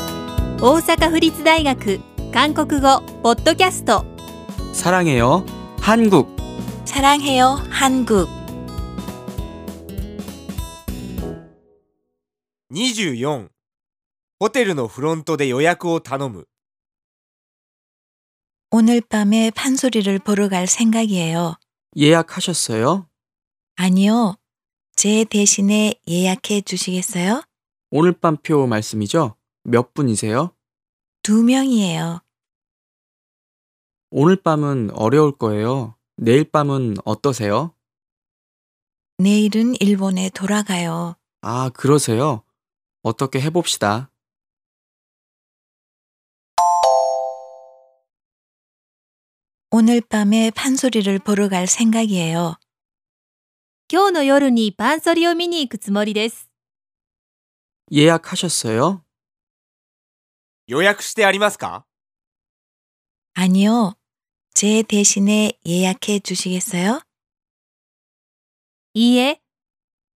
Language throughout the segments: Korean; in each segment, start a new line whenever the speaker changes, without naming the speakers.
大阪府立大学韓国語ポッドキャスト
사랑해요. 한국.
사랑해요 한국
24ホテルのフロントで予約を頼む
오늘 밤에 판소리를 보러 갈 생각이에요.
예약하셨어요?
아니요. 제 대신에 예약해 주시겠어요?
오늘 밤표 말씀이죠? 몇 분이세요?
두 명이에요.
오늘 밤은 어려울 거예요. 내일 밤은 어떠세요?
내일은 일본에 돌아가요.
아, 그러세요? 어떻게 해봅시다.
오늘 밤에 판소리를 보러 갈 생각이에요.
今日の夜にパンソリを見に行くつもりです
예약하셨어요?
予約してありますか
아니요. 제 대신에 예약해 주시겠어요?
いいえ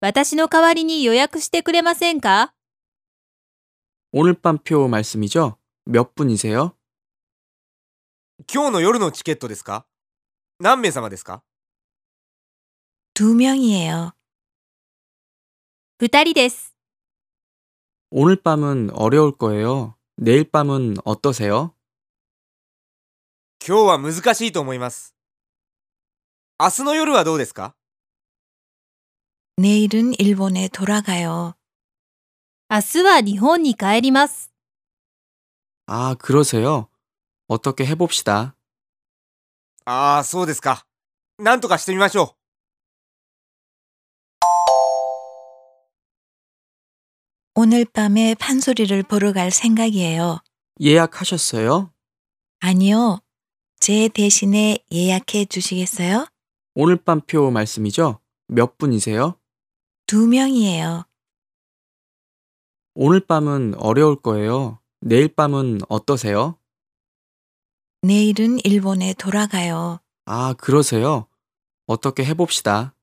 私の代わりに予約してくれませんか
오늘 밤표 말씀이죠? 몇 분이세요?
今日の夜のチケットですか何名様ですか
두 명이에요.
二人です
오늘 밤은 어려울 거예요. 내일 밤은 어떠세요?
今日は難しいと思います明日の夜はどうですか
내일은 일본에 돌아가요.
明日は日本に帰ります
아, 그러세요? 어떻게 해봅시다.
ああそうですかなんとかしてみましょう
오늘 밤에 판소리를 보러 갈 생각이에요.
예약하셨어요?
아니요. 제 대신에 예약해 주시겠어요?
오늘 밤표 말씀이죠? 몇 분이세요?
두 명이에요.
오늘 밤은 어려울 거예요. 내일 밤은 어떠세요?
내일은 일본에 돌아가요.
아, 그러세요? 어떻게 해봅시다.